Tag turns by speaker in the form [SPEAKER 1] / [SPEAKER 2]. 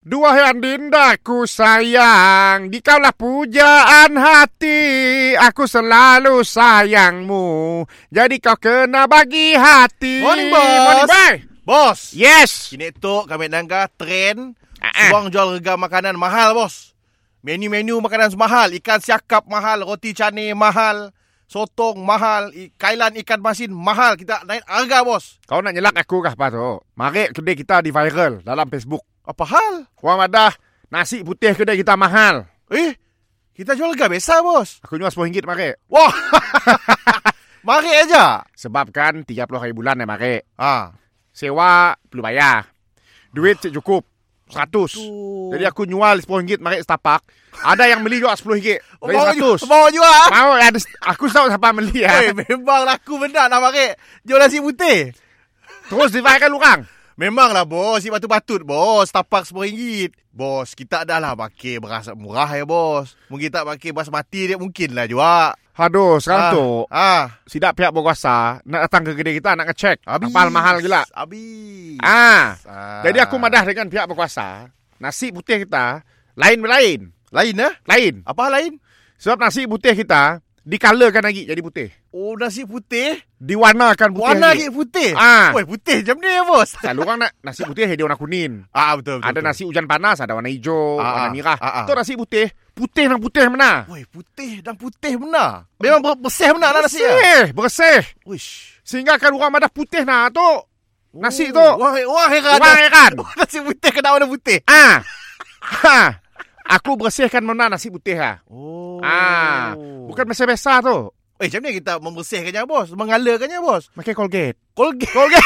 [SPEAKER 1] Dua yang dindaku sayang Di kaulah pujaan hati Aku selalu sayangmu Jadi kau kena bagi hati
[SPEAKER 2] Morning, boss.
[SPEAKER 1] Morning boy
[SPEAKER 2] Bos. Yeah.
[SPEAKER 1] Yes
[SPEAKER 2] Kini tu kami nangka trend
[SPEAKER 1] Ah, ah.
[SPEAKER 2] Subang jual harga makanan mahal, bos. Menu-menu makanan mahal. Ikan siakap mahal. Roti canai mahal. Sotong mahal. i- Kailan ikan masin mahal. Kita naik harga, bos.
[SPEAKER 1] Kau nak nyelak aku kah patut Mari kedai kita di viral dalam Facebook
[SPEAKER 2] Apa hal?
[SPEAKER 1] Wang madah Nasi putih kedai kita mahal
[SPEAKER 2] Eh, kita jual harga biasa, bos.
[SPEAKER 1] Aku cuma RM10 mari
[SPEAKER 2] Wah. Mari aja.
[SPEAKER 1] Sebab kan RM30 bulan eh mari
[SPEAKER 2] Ah.
[SPEAKER 1] Sewa perlu bayar Duit cik cukup 100
[SPEAKER 2] Tu.
[SPEAKER 1] Jadi aku nyual RM10 mari setapak Ada yang beli juga RM10 Jadi
[SPEAKER 2] mau
[SPEAKER 1] 100
[SPEAKER 2] ju- Mau Oh, juga. ah?
[SPEAKER 1] Mau ada aku tahu siapa beli ya.
[SPEAKER 2] Eh, memang laku benar nak mari. Jual nasi putih.
[SPEAKER 1] Terus diviralkan orang.
[SPEAKER 2] Memanglah bos, si patut-patut bos, tapak RM10. Bos, kita dah lah pakai beras murah ya bos. Mungkin tak pakai beras mati dia mungkin lah juga.
[SPEAKER 1] Aduh, sekarang tu
[SPEAKER 2] Ah,
[SPEAKER 1] sidak pihak berkuasa nak datang ke kedai kita nak ngecek
[SPEAKER 2] habis.
[SPEAKER 1] apa hal mahal gila.
[SPEAKER 2] Habis.
[SPEAKER 1] Ah,
[SPEAKER 2] Ah.
[SPEAKER 1] jadi aku madah dengan pihak berkuasa, nasi putih kita lain berlain,
[SPEAKER 2] Lain eh?
[SPEAKER 1] lain.
[SPEAKER 2] Apa hal lain?
[SPEAKER 1] Sebab nasi putih kita dikalakan lagi jadi putih.
[SPEAKER 2] Oh, nasi putih.
[SPEAKER 1] Diwarnakan putih.
[SPEAKER 2] Warna
[SPEAKER 1] lagi.
[SPEAKER 2] lagi putih.
[SPEAKER 1] Ah.
[SPEAKER 2] Woi, putih macam ni ya bos.
[SPEAKER 1] Selalu orang nak nasi putih jadi warna kuning.
[SPEAKER 2] Ah, betul, betul.
[SPEAKER 1] Ada
[SPEAKER 2] betul.
[SPEAKER 1] nasi hujan panas, ada warna hijau, warna
[SPEAKER 2] Ah, ah,
[SPEAKER 1] merah.
[SPEAKER 2] ah, ah.
[SPEAKER 1] Tu nasi putih, putih dan putih mana?
[SPEAKER 2] Woi, putih dan putih benar. Memang ber- bersih benar lah nasi. ya?
[SPEAKER 1] Bersih, bersih.
[SPEAKER 2] Wish. Oh.
[SPEAKER 1] Sehingga kan orang madah putih nah tu. Nasi tu.
[SPEAKER 2] Wah, wah heran.
[SPEAKER 1] Wah, heran.
[SPEAKER 2] nasi putih kena warna putih.
[SPEAKER 1] Ah. ha. Aku bersihkan mana nasi putih ha.
[SPEAKER 2] Oh.
[SPEAKER 1] Ah. Bukan biasa-biasa tu.
[SPEAKER 2] Eh, macam mana kita membersihkannya, bos? Mengalarkannya, bos?
[SPEAKER 1] Pakai Colgate.
[SPEAKER 2] Colgate.
[SPEAKER 1] Colgate.